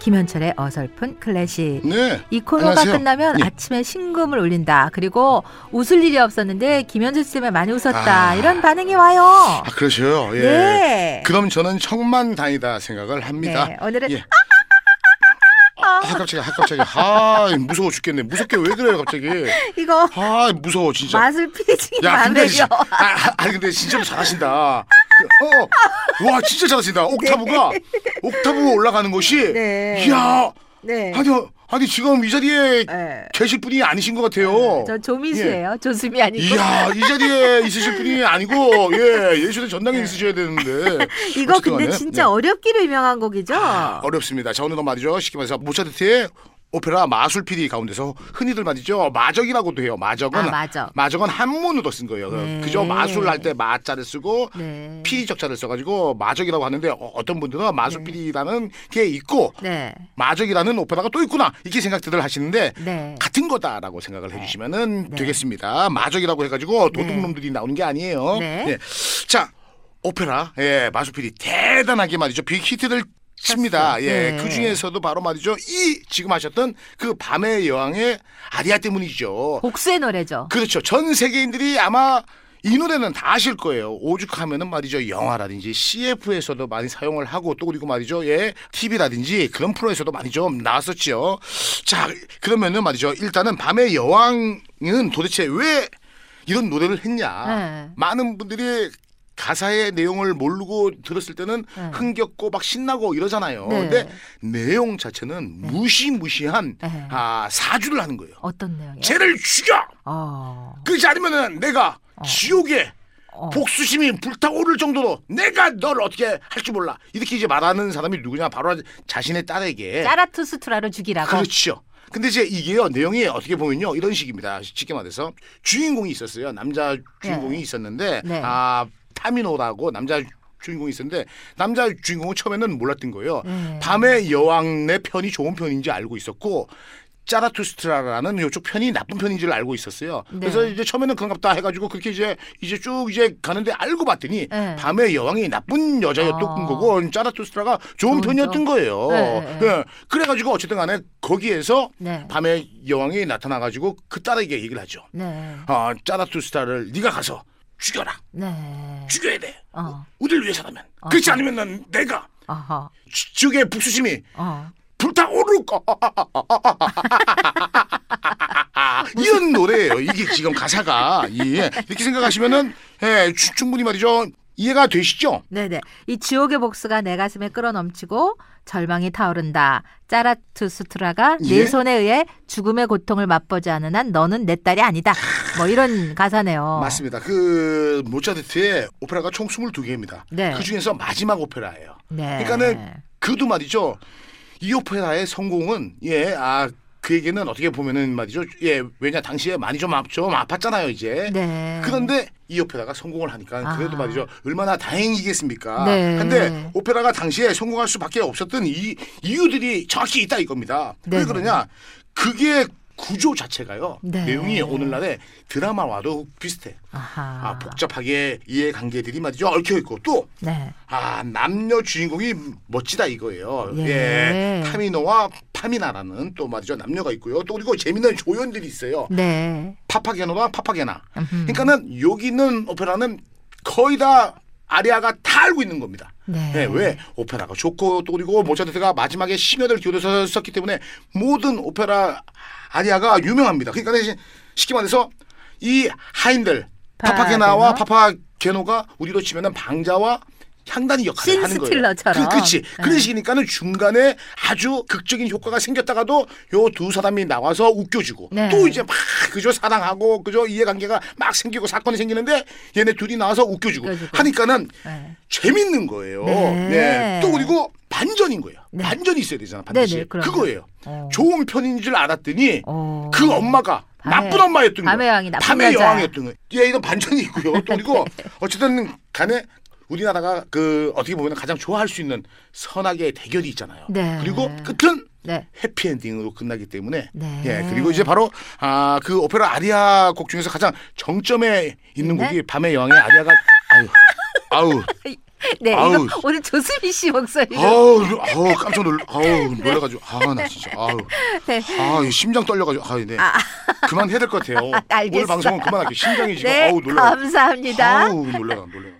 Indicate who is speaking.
Speaker 1: 김현철의 어설픈 클래식.
Speaker 2: 네.
Speaker 1: 이 코너가
Speaker 2: 안녕하세요.
Speaker 1: 끝나면
Speaker 2: 예.
Speaker 1: 아침에 신금을 올린다. 그리고 웃을 일이 없었는데 김현철 씨 때문에 많이 웃었다.
Speaker 2: 아.
Speaker 1: 이런 반응이 와요.
Speaker 2: 아, 그러셔요. 예.
Speaker 1: 네.
Speaker 2: 그럼 저는 청만 다니다 생각을 합니다.
Speaker 1: 네, 오늘은
Speaker 2: 예. 아, 갑자기, 아, 갑자기. 아, 무서워 죽겠네. 무섭게 왜 그래요, 갑자기?
Speaker 1: 이거
Speaker 2: 아, 무서워, 진짜.
Speaker 1: 맛을 피지
Speaker 2: 야, 근데
Speaker 1: 마늘이요.
Speaker 2: 진짜. 아, 아, 근데 진짜 잘하신다. 그, 어, 와, 진짜 잘하신다. 옥타브가, 옥타브가 올라가는 것이.
Speaker 1: 네.
Speaker 2: 이야.
Speaker 1: 네.
Speaker 2: 아니, 아니, 지금 이 자리에
Speaker 1: 네.
Speaker 2: 계실 분이 아니신 것 같아요.
Speaker 1: 저 조미수예요. 조수미 아니고.
Speaker 2: 이야, 이 자리에 있으실 분이 아니고, 예, 예전에 전당에 있으셔야 되는데.
Speaker 1: 네. 이거
Speaker 2: 어쨌든
Speaker 1: 근데
Speaker 2: 간에,
Speaker 1: 진짜
Speaker 2: 네. 아.
Speaker 1: 어렵기로 유명한 곡이죠.
Speaker 2: 어렵습니다. 자, 오늘 은 말이죠. 쉽게 말해서 모차르트의 오페라 마술 PD 가운데서 흔히들 말이죠. 마적이라고도 해요. 마적은
Speaker 1: 아, 마적.
Speaker 2: 은 한문으로 쓴 거예요.
Speaker 1: 네.
Speaker 2: 그죠? 마술 할 때 마자를 쓰고
Speaker 1: 네.
Speaker 2: PD 적자를 써가지고 마적이라고 하는데 어, 어떤 분들은 마술 PD라는 게 있고
Speaker 1: 네.
Speaker 2: 마적이라는 오페라가 또 있구나 이렇게 생각들을 하시는데
Speaker 1: 네.
Speaker 2: 같은 거다라고 생각을 해주시면은
Speaker 1: 네.
Speaker 2: 되겠습니다. 마적이라고 해가지고 도둑놈들이 나오는 게 아니에요.
Speaker 1: 네.
Speaker 2: 예. 자 오페라 예 마수필이 대단하게 말이죠 빅히트를 칩니다. 예,
Speaker 1: 네.
Speaker 2: 그 중에서도 바로 말이죠 이 지금 하셨던 그 밤의 여왕의 아리아 때문이죠.
Speaker 1: 복수의 노래죠.
Speaker 2: 그렇죠. 전 세계인들이 아마 이 노래는 다 아실 거예요. 오죽하면은 말이죠. 영화라든지 CF에서도 많이 사용을 하고 또 그리고 말이죠. 예. TV라든지 그런 프로에서도 많이 좀 나왔었지요. 자, 그러면은 말이죠. 일단은 밤의 여왕은 도대체 왜 이런 노래를 했냐.
Speaker 1: 네.
Speaker 2: 많은 분들이 가사의 내용을 모르고 들었을 때는
Speaker 1: 네.
Speaker 2: 흥겹고 막 신나고 이러잖아요.
Speaker 1: 네.
Speaker 2: 근데 내용 자체는 무시무시한
Speaker 1: 네.
Speaker 2: 아, 사주를 하는 거예요.
Speaker 1: 어떤 내용이에요?
Speaker 2: 쟤를 죽여!
Speaker 1: 어.
Speaker 2: 그렇지 않으면은 내가 지옥에
Speaker 1: 어.
Speaker 2: 복수심이 불타오를 정도로 내가 널 어떻게 할지 몰라 이렇게 이제 말하는 사람이 누구냐 바로 자신의 딸에게
Speaker 1: 짜라투스트라로 죽이라고.
Speaker 2: 네. 그렇죠. 근데 이제 이게요 내용이 어떻게 보면요 이런 식입니다. 쉽게 말해서 주인공이 있었어요. 남자 주인공이
Speaker 1: 네.
Speaker 2: 있었는데
Speaker 1: 네.
Speaker 2: 아 타미노라고 남자 주인공이 있었는데 남자 주인공은 처음에는 몰랐던 거예요.
Speaker 1: 네.
Speaker 2: 밤의 여왕의 편이 좋은 편인지 알고 있었고 짜라투스트라라는 요쪽 편이 나쁜 편인지를 알고 있었어요.
Speaker 1: 네.
Speaker 2: 그래서 이제 처음에는 그런갑다 해가지고 그렇게 이제 이제 쭉 이제 가는데 알고 봤더니
Speaker 1: 네.
Speaker 2: 밤의 여왕이 나쁜 여자였던
Speaker 1: 어.
Speaker 2: 거고 짜라투스트라가 좋은
Speaker 1: 좋은
Speaker 2: 편이었던
Speaker 1: 쪽.
Speaker 2: 거예요.
Speaker 1: 네, 네, 네.
Speaker 2: 예. 그래가지고 어쨌든 간에 거기에서
Speaker 1: 네.
Speaker 2: 밤에 여왕이 나타나가지고 그 딸에게 얘기를 하죠.
Speaker 1: 네.
Speaker 2: 아, 짜라투스타를 네가 가서 죽여라.
Speaker 1: 네.
Speaker 2: 죽여야 돼.
Speaker 1: 어.
Speaker 2: 우리를 위해서라면.
Speaker 1: 아, 네.
Speaker 2: 그렇지 않으면 난 내가
Speaker 1: 어허.
Speaker 2: 지- 지옥의 북수심이
Speaker 1: 어.
Speaker 2: 불타오를 거. 이런 노래예요. 이게 지금 가사가 예. 이렇게 생각하시면은 예, 추- 충분히 말이죠. 이해가 되시죠?
Speaker 1: 네네. 이 지옥의 복수가 내 가슴에 끌어넘치고 절망이 타오른다. 짜라투스트라가
Speaker 2: 예?
Speaker 1: 내 손에 의해 죽음의 고통을 맛보지 않은 한 너는 내 딸이 아니다. 뭐 이런 가사네요.
Speaker 2: 맞습니다. 그 모차르트의 오페라가 총 22개입니다.
Speaker 1: 네.
Speaker 2: 그 중에서 마지막 오페라예요.
Speaker 1: 네.
Speaker 2: 그러니까는 그도 말이죠. 이 오페라의 성공은 예, 아 그에게는 어떻게 보면은 말이죠. 예, 왜냐 당시에 많이 좀, 아, 좀 아팠잖아요, 이제.
Speaker 1: 네.
Speaker 2: 그런데 이 오페라가 성공을 하니까 그래도
Speaker 1: 아.
Speaker 2: 말이죠. 얼마나 다행이겠습니까?
Speaker 1: 네.
Speaker 2: 근데 오페라가 당시에 성공할 수밖에 없었던 이 이유들이 정확히 있다 이겁니다. 왜
Speaker 1: 네네.
Speaker 2: 그러냐? 그게 구조 자체가요.
Speaker 1: 네.
Speaker 2: 내용이 오늘날의 드라마와도 비슷해.
Speaker 1: 아하.
Speaker 2: 아, 복잡하게 이해관계들이 말이죠 얽혀 있고 또
Speaker 1: 네.
Speaker 2: 아, 남녀 주인공이 멋지다 이거예요.
Speaker 1: 예.
Speaker 2: 예. 파미노와 파미나라는 또 말이죠 남녀가 있고요. 또 그리고 재밌는 조연들이 있어요.
Speaker 1: 네.
Speaker 2: 파파게노와 파파게나. 그러니까는 여기 있는 오페라는 거의 다 아리아가 다 알고 있는 겁니다.
Speaker 1: 네.
Speaker 2: 예, 왜 오페라가 좋고 또 그리고 모차르트가 마지막에 심혈을 기울여서 썼기 때문에 모든 오페라 아리아가 유명합니다. 그러니까 대신 쉽게 말해서 이 하인들 파파게나와 파파게노가 우리로 치면은 방자와 향단이 역할을
Speaker 1: 신
Speaker 2: 하는 거예요.
Speaker 1: 스틸러처럼.
Speaker 2: 그, 그치. 그런
Speaker 1: 네.
Speaker 2: 식이니까는 중간에 아주 극적인 효과가 생겼다가도 요 두 사람이 나와서 웃겨주고
Speaker 1: 네.
Speaker 2: 또 이제 막 그죠 사랑하고 그죠 이해관계가 막 생기고 사건이 생기는데 얘네 둘이 나와서 웃겨주고
Speaker 1: 웃겨주고.
Speaker 2: 하니까는
Speaker 1: 네.
Speaker 2: 재밌는 거예요.
Speaker 1: 네.
Speaker 2: 네. 또 그리고 반전인 거예요.
Speaker 1: 네.
Speaker 2: 반전이 있어야 되잖아. 반드시.
Speaker 1: 네, 네, 그럼요.
Speaker 2: 그거예요.
Speaker 1: 어.
Speaker 2: 좋은 편인 줄 알았더니
Speaker 1: 어.
Speaker 2: 그 엄마가
Speaker 1: 밤에-
Speaker 2: 나쁜 엄마였던 거예요.
Speaker 1: 밤의 여왕이 나쁜
Speaker 2: 밤의
Speaker 1: 여자야.
Speaker 2: 여왕이었던 거예요. 예, 이건 반전이 있고요. 또 그리고 어쨌든 간에 우리나라가 그 어떻게 보면 가장 좋아할 수 있는 선악의 대결이 있잖아요.
Speaker 1: 네.
Speaker 2: 그리고 끝은
Speaker 1: 네.
Speaker 2: 해피엔딩으로 끝나기 때문에
Speaker 1: 네.
Speaker 2: 예 그리고 이제 바로 아 그 오페라 아리아 곡 중에서 가장 정점에 있는
Speaker 1: 네.
Speaker 2: 곡이 밤의 여왕의 아리아가 아유 아우
Speaker 1: 네,
Speaker 2: 아우. 어.
Speaker 1: 이거 오늘 조수미 씨 목소리로
Speaker 2: 아우 아우 깜짝 놀 아우 놀래가지고 아 나 진짜 아우
Speaker 1: 네.
Speaker 2: 아이 심장 떨려가지고 아 네. 그만 해야 될 것 같아요.
Speaker 1: 알겠어요.
Speaker 2: 오늘 방송은 그만할게요. 심장이 지금
Speaker 1: 네,
Speaker 2: 아우 놀라.
Speaker 1: 감사합니다.
Speaker 2: 아우 놀라 놀라.